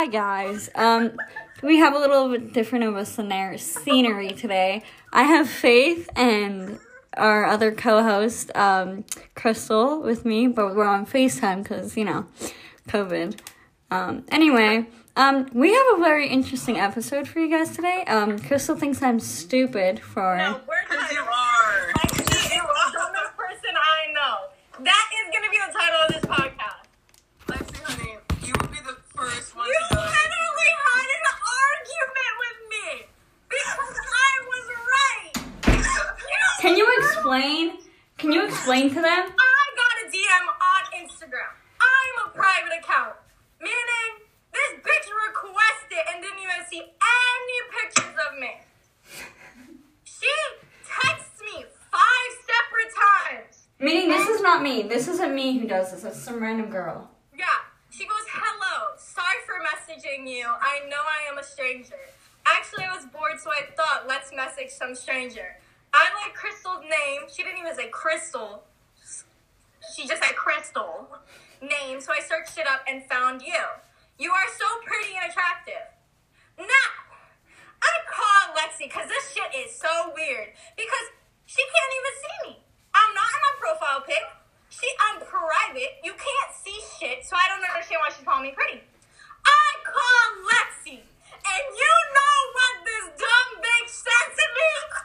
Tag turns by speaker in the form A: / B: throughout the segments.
A: Hi guys. Um, we have a little bit different of a scenar- scenery today. I have Faith and our other co-host um, Crystal with me, but we're on Facetime because you know, COVID. Um, anyway, um, we have a very interesting episode for you guys today. Um, Crystal thinks I'm stupid for.
B: No, we're
C: Because
B: not.
C: you are.
B: Like, she is the dumbest person I know. That is going to be the title of this podcast.
C: Lexi, honey, you would be the first one
B: You
C: to know.
B: literally had an argument with me because I was right. You,
A: Can you explain? Can you explain to them?
B: I got a DM on Instagram. I'm a private account. Meaning, this bitch requested and didn't even see any pictures of me. She texts me five separate times.
A: Meaning, this is not me. This isn't me who does this. It's some random girl.
B: Yeah. She goes, Hello, sorry for messaging you. I know I am a stranger. Actually, I was bored, so I thought, let's message some stranger. I like Crystal's name. She didn't even say Crystal. She just said Crystal name, so I searched it up and found you. You are so pretty and attractive. Now, I call Lexi because this shit is so weird because she can't even see me. I'm not in my profile pic. She, I'm private. You can't see shit, so I don't understand why she's calling me pretty. I call Lexi, and you know what this dumb bitch said to me?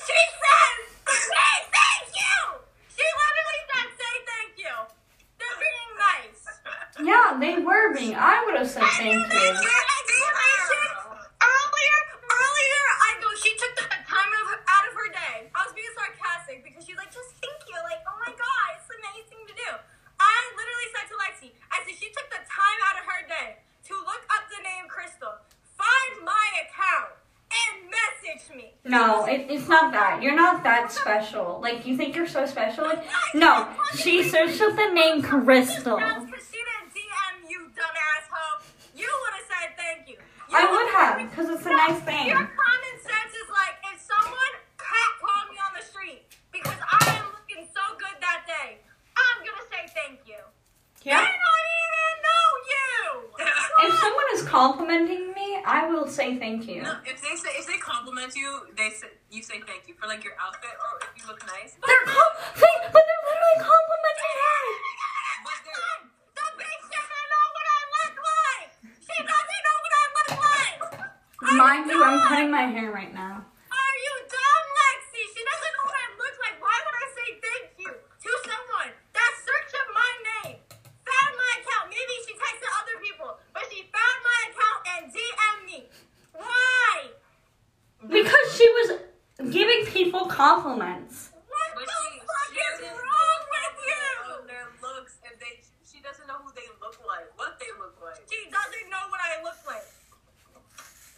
B: She says, "Say thank you." She literally said, "Say thank you." They're being nice.
A: Yeah, they were being. I would have said thank
B: Your
A: you.
B: explanation earlier, earlier, I go, she took the time of, out of her day. I was being sarcastic because she's like, just thank you. Like, oh my God, it's an amazing to do. I literally said to Lexi, I said, she took the time out of her day to look up the name Crystal, find my account, and message me.
A: No, it, it's not that. You're not that special. Like you think you're so special. Like no, she searched up the name Crystal.
B: That's because she didn't DM you, dumbass hoe. You would have said thank you. You
A: I would
B: would've
A: have
B: said-
A: because it's a nice thing.
B: Your common sense is like if someone catcalled me on the street because I am looking so good that day, I'm gonna say thank you. I don't even know you.
A: If someone is complimenting me, I will say thank you.
C: No, if they say if they compliment you, they say you say thank you for like your outfit or if you look nice. But
A: They're com- think- but they're literally complimenting me.
C: they're-
B: the bitch doesn't know what I look like. She doesn't know what I look like. Are
A: Mind you, I'm
B: dumb?
A: cutting my hair right now.
B: Are you dumb, Lexi? She doesn't know what I look like. Why would I say thank you to someone that searched up my name, found my account? Maybe she texted other people, but she found my account and DM me. Why?
A: Because she was giving people compliments.
B: What the
C: but she,
B: fuck
C: she
B: is
C: doesn't
B: wrong with
C: know Oh,
B: you?
C: Their looks and they she doesn't know who they look like, what they look like.
B: She doesn't know what I look like.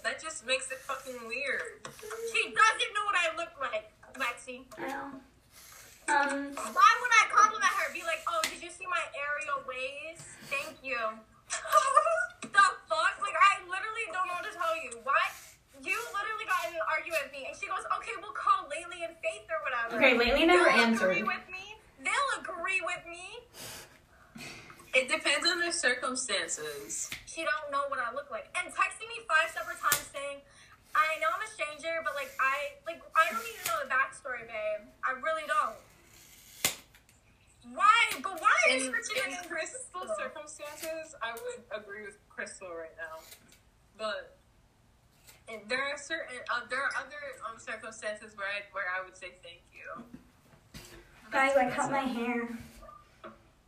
C: That just makes it fucking weird.
B: She doesn't know what I look like, Lexi.
A: Yeah. Um.
B: Why would I compliment her? Be like, oh, did you see my aerial waves? Thank you. the fuck? Like, I literally don't know what to tell you. Why? You literally got in an argument with me, and she goes, okay, we'll call Laylee and Faith or whatever.
A: Okay, Lately never
B: They'll
A: answered.
B: agree with me. They'll agree with me.
C: It depends on the circumstances.
B: She don't know what I look like, and texting me five separate times saying, I know I'm a stranger, but like, I like, I don't even know the backstory, babe. I really don't. Why? But why are
C: In,
B: you switching
C: in
B: it to
C: Crystal's
B: Crystal?
C: circumstances, I would agree with Crystal right now, but and there are certain uh, there are other um, circumstances where I where I would say thank you.
A: Guys, I cut my hair.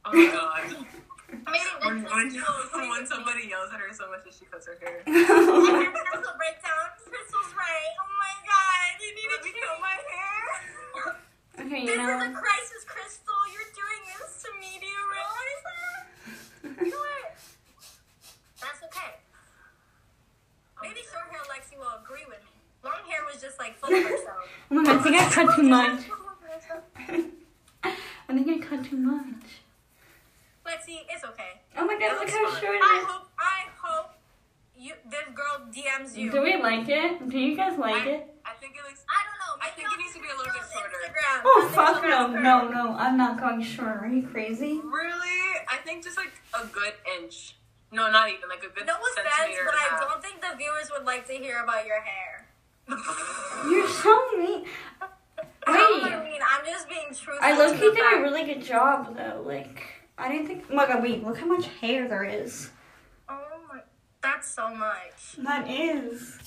C: Oh my god!
B: Maybe
C: when,
B: that's
C: when,
B: Crystal agree with me.
C: when somebody yells at her so much that she cuts her hair.
B: Crystal Crystal breakdown. Crystal's right. Oh my god, you need to
C: Let me
B: cut
C: cut
B: my
C: my
B: hair.
A: okay,
B: This
A: you
B: is a
A: know.
B: crisis, Crystal. You're doing this to me. Do you realize that? You know what? That's okay. Maybe short hair Lexi will agree with me. Long hair was just like full of herself.
A: Oh my god, I think I cut too much. I think I cut too much.
B: Lexi, it's okay.
A: Oh my god, look how short
B: I
A: it
B: hope, I hope you, this girl DMs you.
A: is. Do we like it? Do you guys like it?
C: I think it looks.
B: I don't know.
C: I
B: maybe
C: think it
B: on
C: needs to be a little bit
B: Crystal's
C: shorter.
B: Instagram.
A: Oh
B: Something
A: fuck no,
B: about her.
A: no, no, I'm not going short. Are you crazy?
C: Really, I think just like a good inch, No, not even like a good
B: No offense,
C: centimeter
B: but I
C: and
A: uh,
C: a half.
B: don't think the viewers would like to hear about your hair.
A: You're so mean.
B: I
A: Wait.
B: mean, I'm just being truthful.
A: I low
B: to
A: key
B: the
A: did a
B: fact.
A: really good job though. Like I didn't think. Oh my god, wait! Look how much hair there is.
B: Oh my, that's so much.
A: That is.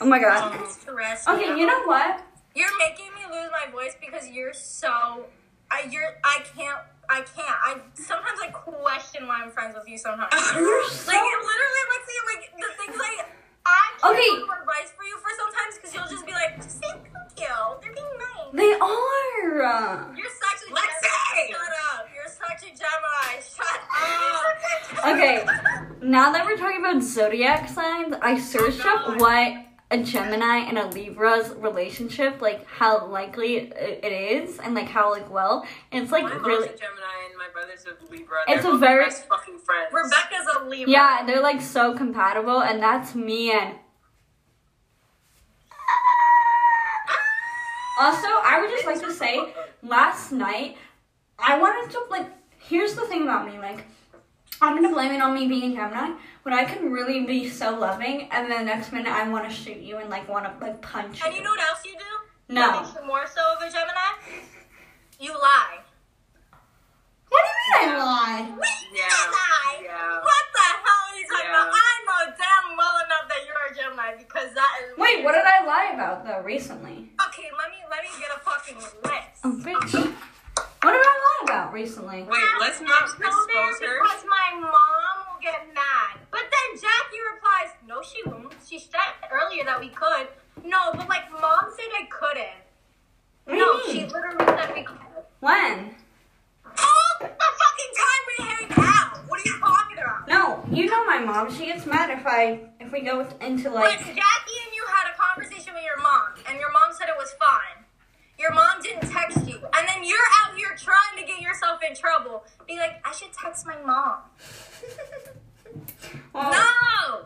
A: Oh my god.
B: It's stressed me
A: Okay, you
B: out.
A: know what?
B: You're making me lose my voice because you're so. I you're I can't I can't I sometimes I question why I'm friends with you sometimes. like it
A: You're so.
B: literally makes me like the things like I can't
A: Okay.
B: do advice for you for sometimes because you'll just be like say thank you they're being nice.
A: They are.
B: You're such a
C: Lexi!
B: Gemini. Shut up. You're such a Gemini. Shut up.
A: Oh, Okay. Now that we're talking about zodiac signs, I searched up what a Gemini and a Libra's relationship, like how likely it it is, and like how like well. And it's like
C: My mom's
A: really.
C: a Gemini and my brother's a Libra.
A: It's
C: They're
A: a
C: both my
A: very-
C: best fucking friends.
B: Rebecca's a Libra.
A: Yeah, they're like so compatible, and that's me and. Also, I would just like to say, last night, I wanted to like. Here's the thing about me, like, I'm gonna blame it on me being a Gemini, when I can really be so loving, and then the next minute I want to shoot you and like want to like punch
B: And you
A: you.
B: know what else you do? That
A: No.
B: makes you more so of a Gemini? You lie.
A: What do you mean I lie?
B: We
C: Yeah,
B: can lie.
C: yeah.
B: What the hell are you talking
C: Yeah.
B: about? I know damn well enough that you're a Gemini because that is.
A: Wait, what did I lie about though recently?
B: Okay, let me let me get a fucking list.
A: Oh, bitch. What did I lie about recently?
C: Wait, let's not
B: Go there
C: expose her.
B: because my mom will get mad. But then Jackie replies, "No, she won't. She said earlier that we could. No, but like mom said I couldn't.
A: What do
B: no,
A: you
B: she
A: mean?
B: literally said we could.
A: When?
B: All the fucking time we hang out. What are you talking about?
A: No, you know my mom. She gets mad if I if we go into
B: But
A: like.
B: Jackie and you had a conversation with your mom, and your mom said it was fine. Your mom didn't text you, and then you're out here trying to get yourself in trouble. Be like, I should text my mom.
A: Well,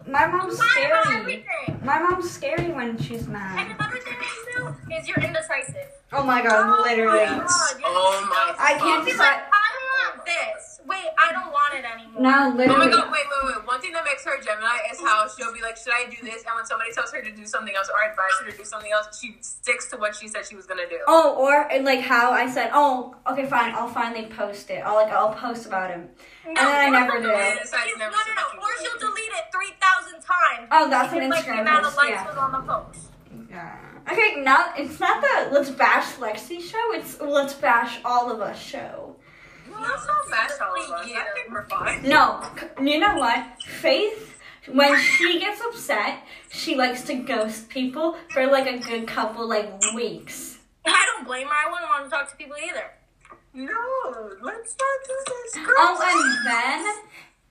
B: No,
A: my mom's
B: lie about
A: Oh, scary.
B: everything.
A: My mom's scary when she's
B: And
A: mad.
B: another thing that you do is you're indecisive.
A: Oh my god,
B: my
A: literally.
B: God, you're
C: Oh my
B: indecisive.
A: I can't
B: You'd be
A: decide-
B: like, I don't want this. Wait, I don't want it anymore.
A: No,
C: Oh my
A: literally.
C: god, wait, wait, wait. One thing that makes her a Gemini is how she'll be like, Should I do this? And when somebody tells her to do something else or advises her to do something else, she sticks to what she said she was gonna do.
A: Oh, or and, like how I said, oh, okay, fine. I'll finally post it. I'll like I'll post about him, and then I never do.
C: And
A: it.
C: decides
B: No,
C: never
B: no,
C: to
B: no.
C: fucking
B: Or
C: do it.
B: she'll delete it three thousand times.
A: Oh, that's
B: Because,
A: an
B: like the
A: Instagram
B: amount of
A: post,
B: likes
A: yeah.
B: was on the post.
A: Yeah. Okay, now it's not the let's bash Lexi show. It's let's bash all of us show.
C: Well, that's not bad, all of us. I think we're fine.
A: No, c- you know what? Faith, when she gets upset, she likes to ghost people for like a good couple like weeks.
B: I don't blame her. I wouldn't want to talk to people either.
C: No, let's not do this, girl.
A: Oh, and then.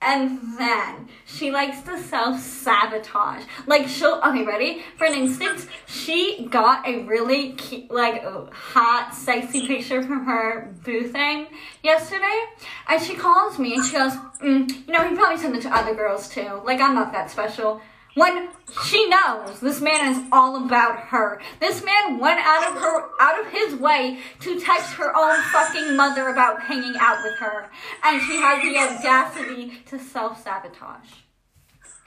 A: And then she likes to self sabotage. Like she'll okay, ready? For an instance, she got a really cute, like hot, sexy picture from her boo thing yesterday, and she calls me and she goes, mm, "You know, he probably sent it to other girls too. Like I'm not that special." When she knows this man is all about her. This man went out of her out of his way to text her own fucking mother about hanging out with her. And she has the audacity to self-sabotage.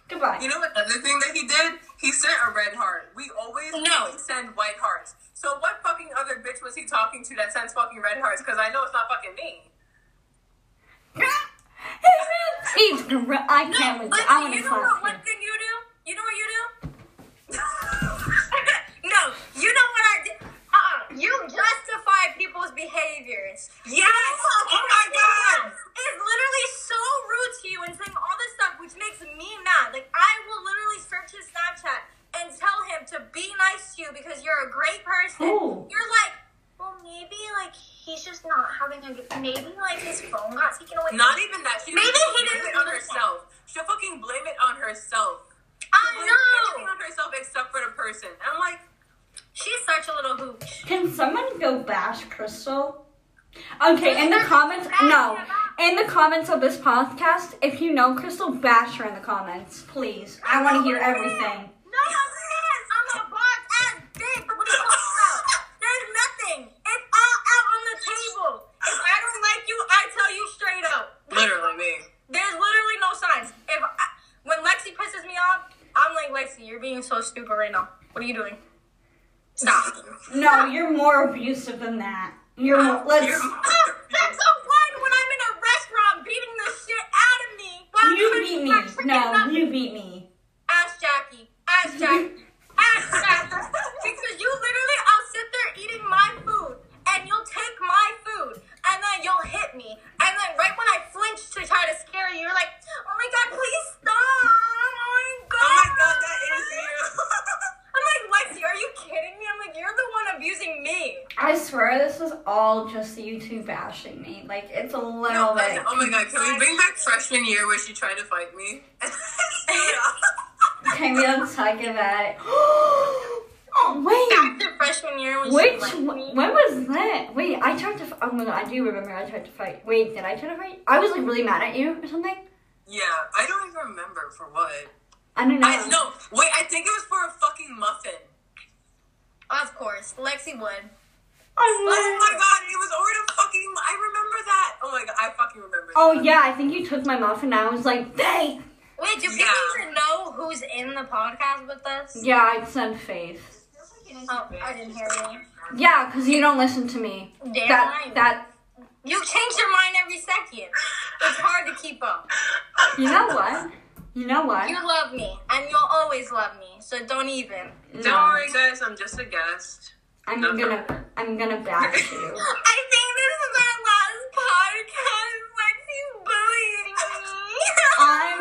A: Goodbye.
C: You know what other thing that he did? He sent a red heart. We always
B: No.
C: send white hearts. So what fucking other bitch was he talking to that sends fucking red hearts? Because I know it's not fucking me.
A: He's gr- I can't wait.
B: Listen,
A: I want
B: you
A: to
B: know
A: slap
B: what one
A: him.
B: thing you do? You know what you do? no, you know what I did? Uh-uh. You justify people's behaviors. Yes!
C: Oh my God!
B: It's literally so rude to you and saying all this stuff, which makes me mad. Like, I will literally search his Snapchat and tell him to be nice to you because you're a great person.
A: Ooh.
B: You're like, well, maybe, like, he's just not having a good... Maybe, like, his phone got taken away.
C: Not even that. She
B: Maybe
C: doesn't
B: he
C: blame
B: didn't
C: it on
B: do that.
C: herself. She'll fucking blame it on herself. She'll
B: I
C: blame
B: know!
C: everything on herself except for the person. And I'm like,
B: She's such a little hooch.
A: Can someone go bash Crystal? Okay, in the comments, no. In the comments of this podcast, if you know Crystal, bash her in the comments, please. I want to hear everything.
B: No, I'm not. I'm a boss ass bitch. What are you talking about? There's nothing. It's all out on the table. If I don't like you, I tell you straight up.
C: literally me.
B: There's literally no signs. Lexi, you're being so stupid right now. What are you doing? Stop.
A: No, you're more abusive than that. You're more, let's.
B: Ah, That's a one when I'm in a restaurant beating the shit out of me. Why
A: You
B: would
A: beat
B: you
A: me.
B: not freaking
A: No,
B: up?
A: you beat me.
B: Ask Jackie. Ask Jackie. Ask Jackie. Because you literally, I'll sit there eating my food, and you'll take my food, and then you'll hit me, and then right when I flinch to try to scare you, you're like, "Oh my god, please stop! Oh my god!"
C: Oh my god, that is you.
B: I'm like, Lexi, are you kidding me? I'm like, you're the one abusing me.
A: I swear this was all just you two bashing me. Like it's a little
C: No,
A: bit.
C: but- oh my god, can we bring back freshman year where she tried to fight me?
A: Okay, we don't talk about it. oh
B: Back to freshman year when
A: wait, which
B: she
A: when was that? Wait, I tried to. f- Oh my god, I do remember. I tried to fight. Wait, did I try to fight? I was like really mad at you or something.
C: yeah, I don't even remember for what.
A: I don't know.
C: I no, wait, I think it was for a fucking muffin.
B: Of course, Lexi would.
C: Oh
A: Oh,
C: my god, it was over a fucking. I remember that. Oh my god, I fucking remember.
A: Oh yeah, I think you took my muffin. and I was like, "Hey!"
B: Wait, do people
C: Yeah.
B: even know who's in the podcast with us?
A: Yeah, I said faith.
B: Oh, I didn't hear you.
A: Yeah, cause you don't listen to me.
B: Damn
A: That
B: right.
A: that
B: You change your mind every second. It's hard to keep up.
A: you know what? You know what?
B: You love me, and you'll always love me, so don't even.
A: No,
C: Don't worry, guys. I'm just a guest.
A: I'm
C: no.
A: gonna I'm gonna bash you.
B: I think this is our last podcast.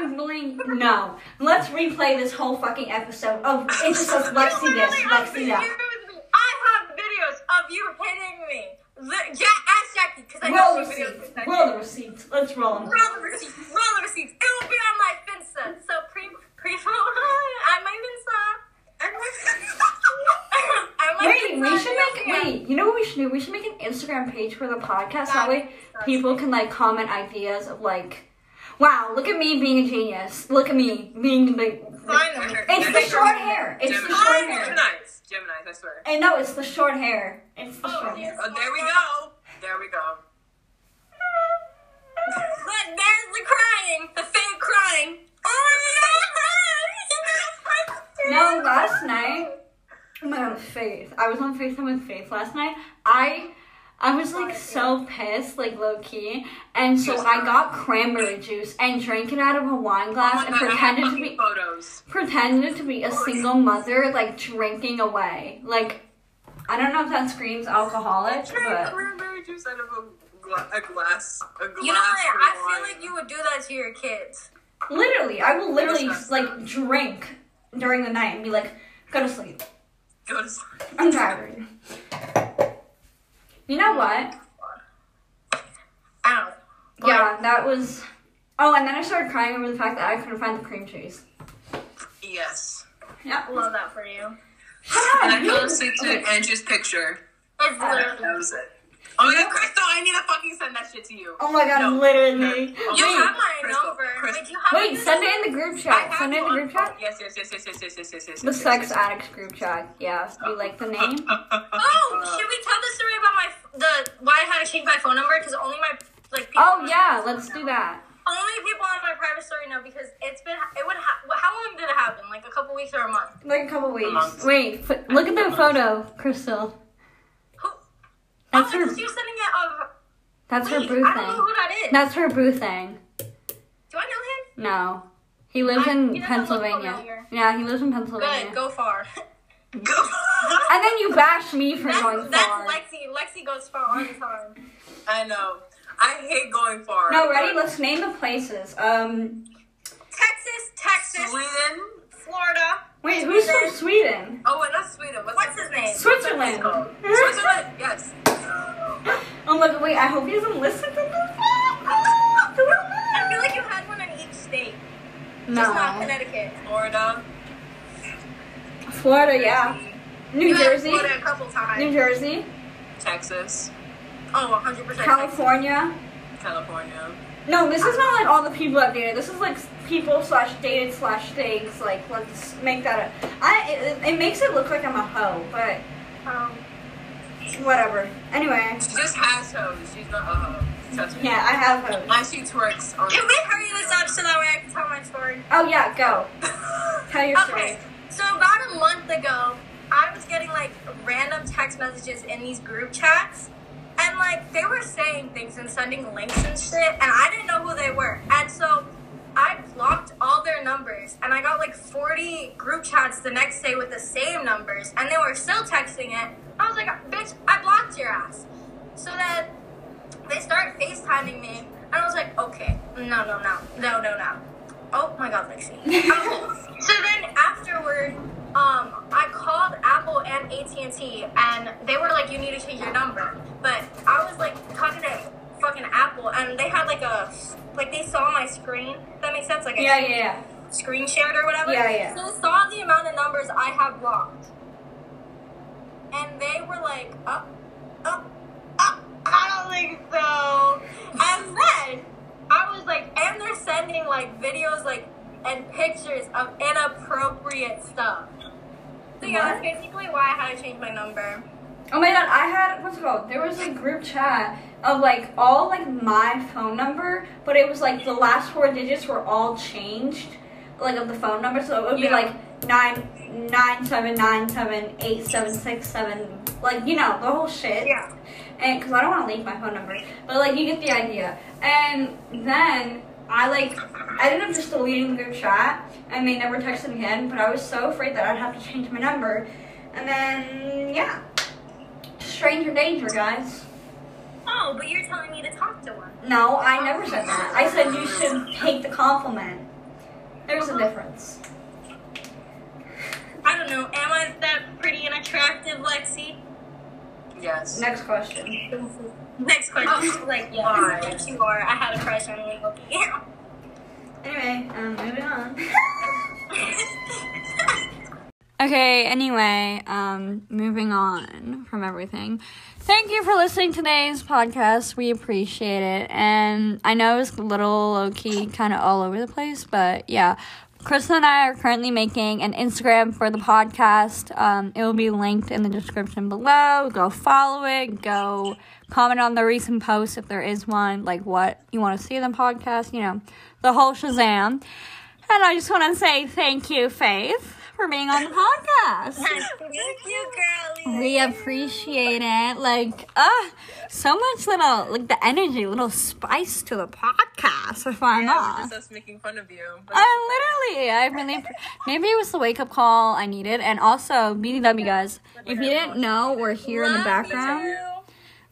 B: Lexi's bullying me.
A: I'm going no. Let's replay this whole fucking episode of it's just us Lexi this,
B: Literally, I've
A: Lexi
B: been
A: that.
B: here with me. I have videos of you hitting me. The, ja ask Jackie, because I
A: Roll
B: know
A: the
B: she videos.
A: receipts. Roll the receipts. Let's roll them.
B: Roll the receipts. Roll the receipts. It will be on my Finsta. So pre pre on my Finsta. On my Finsta.
A: Wait, we should make wait. You know what we should do? We should make an Instagram page for the podcast. That way, people can like comment ideas of like, "Wow, look at me being a genius. Look at me being the."
B: Finally.
A: It's the short hair. It's the short
C: Gemini.
A: hair.
C: Gemini's. Gemini's. I swear.
A: I know it's the short hair. It's the short hair.
C: Oh, there we go. There we go.
B: Look, there's the crying. The fake crying. Oh my god!
A: No, last night I'm on Faith. I was on FaceTime with Faith last night. I I was like so pissed, like low key, and so I got cranberry juice and drank it out of a wine glass
C: Oh
A: and
C: my god, I have
A: pretended to
C: fucking
A: be
C: photos.
A: pretended to be a single mother, like drinking away. Like I don't know if that screams alcoholic, but
C: Cranberry juice out of a, gla- a glass. A glass.
B: You know what?
C: of
B: I
C: wine.
B: feel like you would do that to your kids.
A: literally, I will literally like drink during the night and be like, go to sleep.
C: Go to sleep.
A: I'm tired. You know what?
B: I don't know. But
A: Yeah, that was. Oh, and then I started crying over the fact that I couldn't find the cream cheese.
C: Yes.
A: Yeah.
B: I love that for you.
C: And I fell asleep to Andrew's picture.
B: It's
C: That
B: literally.
C: was it. Oh my god, Crystal, I need to fucking send that shit to you.
A: Oh my god,
C: No.
A: literally.
B: You
C: Wait,
B: have my
C: Crystal,
B: number.
C: Crystal.
B: Wait, you have
A: Wait,
B: my
A: send it in the group
C: I
A: chat.
C: have
A: Send it in
C: you
A: the
C: on
A: group chat.
C: phone. Yes, yes, yes, yes, yes, yes, yes, yes, yes.
A: The
C: yes,
A: sex
C: yes,
A: addicts group chat. Yeah, do you like the name?
C: Uh,
B: Oh, should we tell the story about my f- the why I had to change my phone number? Because only my like people
A: Oh yeah, let's do that.
B: only people on my private story know because it's been it would ha- how long did it happen? Like a couple weeks or a month?
A: Like a couple weeks.
C: month.
A: Wait, f- look at the photo, Crystal.
B: Who?
A: That's
B: oh,
A: her.
B: because you're sending it. Of,
A: That's her
B: wait,
A: boo
B: I don't know
A: thing.
B: who that is.
A: That's her boo thing.
B: Do I know him?
A: No, he lives
B: I-
A: in
B: he doesn't look
A: Pennsylvania.
B: familiar.
A: Yeah, he lives in Pennsylvania.
B: Good, go far.
C: Go-
A: And then you bash me for
B: That's,
A: going
B: that's
A: far.
B: Lexi. Lexi goes far all the time.
C: I know. I hate going far.
A: No, ready? Let's name the places. Um,
B: Texas, Texas,
C: Sweden.
B: Florida.
A: wait, who's from Sweden?
C: Oh, and not Sweden. What's,
B: What's his name?
A: Switzerland.
C: called? Switzerland. Yes.
A: Oh my god, wait, I hope he doesn't listen to
B: I feel
A: this.
B: like you had one in each state, just not
A: No.
B: Connecticut.
C: Florida.
A: Florida, yeah. New
B: you
A: Jersey.
B: Had Florida a couple times.
A: New Jersey.
C: Texas.
B: Oh, 100 percent.
A: California.
C: California.
A: No, this is not like all the people I've dated. This is like people slash dated slash things. Like, let's make that a. I, it, it makes it look like I'm a hoe, but
B: Um,
A: whatever. Anyway.
C: She just has hoes. She's not a hoe. Trust me.
A: Yeah, I have hoes.
C: Unless she twerks on.
B: can we hurry this up so that way I can tell my story?
A: Oh yeah, go. Tell your
B: Okay, so about a month ago, I was getting like random text messages in these group chats, and like they were saying things and sending links and shit, and I didn't know who they were. And so I blocked all their numbers, and I got like 40 group chats the next day with the same numbers, and they were still texting it. I was like, bitch, I blocked your ass. So then they started FaceTiming me, and I was like, okay, no, no, no, no, no, no. Oh my god, Lexi. Um, so then afterward, um, I called Apple and AT&T, and they were like, you need to change your number. But I was like talking to fucking Apple, and they had like a, like they saw my screen. That makes sense? Like I
A: Yeah, yeah, yeah.
B: screen shared or whatever.
A: Yeah, yeah.
B: So they saw the amount of numbers I have blocked. And they were like, up, up, up. I don't think so. And then I was like, and they're sending like videos like and pictures of inappropriate stuff. So yeah,
A: What?
B: that's basically why I had to change my number.
A: Oh my god, I had what's it called? There was a group chat of like all like my phone number, but it was like the last four digits were all changed, like of the phone number. So it would
B: Yeah.
A: be like nine nine seven nine seven eight seven six seven, like you know the whole shit.
B: Yeah.
A: And because I don't want to leak my phone number, but like you get the idea. And then I like I ended up just deleting the group chat, and they never texted me again. But I was so afraid that I'd have to change my number, and then yeah. Stranger danger, guys.
B: Oh, but you're telling me to talk to one.
A: No, I never said that. I said you should take the compliment. There's a difference.
B: I don't know. Am I that pretty and attractive, Lexi?
C: Yes.
A: Next question.
B: Next question. Oh, like, yeah,
C: Why?
B: yes, you are. I had a crush on Legal Bear.
A: Anyway, um, moving on. Okay, anyway, um, moving on from everything. Thank you for listening to today's podcast. We appreciate it. And I know it was a little low key, kind of all over the place, but yeah. Krista and I are currently making an Instagram for the podcast. Um, it will be linked in the description below. Go follow it. Go comment on the recent post if there is one, like what you want to see in the podcast, you know, the whole Shazam. And I just want to say thank you, Faith, for being on the podcast.
B: Thank you, girlie.
A: We appreciate it. Like, uh, so much little, like the energy, little spice to the podcast, if I'm
C: Yeah, it
A: not. Oh,
C: was just us making fun of you. But
A: I literally, I really, maybe it was the wake up call I needed. And also, BDW guys, if you didn't know, we're here in the background.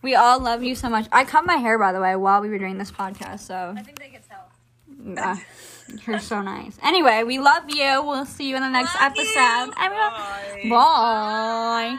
A: We all love you so much. I cut my hair, by the way, while we were doing this podcast, so.
B: I think they can tell.
A: Yeah. You're so nice. Anyway, we love you. We'll see you in the next
B: Love you.
A: episode. I'm gonna-
C: Bye.
A: Bye.